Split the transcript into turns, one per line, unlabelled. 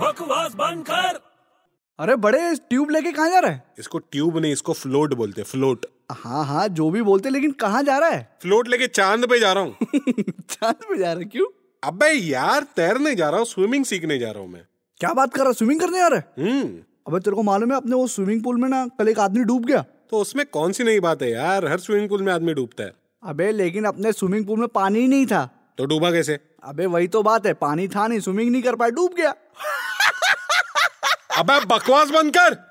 बकवास बंद कर
अरे बड़े ट्यूब लेके कहाँ जा रहा है
इसको ट्यूब नहीं इसको फ्लोट बोलते फ्लोट
हाँ हाँ जो भी बोलते लेकिन कहाँ जा रहा है
फ्लोट लेके चांद पे जा रहा हूँ
चांद पे जा रहा है क्यों
अबे यार तैरने जा रहा हूँ स्विमिंग सीखने जा रहा हूँ मैं
क्या बात कर रहा है स्विमिंग करने जा रहा है
हम्म
अबे तेरे को मालूम है अपने वो स्विमिंग पूल में ना कल एक आदमी डूब गया
तो उसमें कौन सी नई बात है यार हर स्विमिंग पूल में आदमी डूबता है
अबे लेकिन अपने स्विमिंग पूल में पानी ही नहीं था
तो डूबा कैसे
अबे वही तो बात है पानी था नहीं स्विमिंग नहीं कर पाया डूब गया
अबे बकवास बंद कर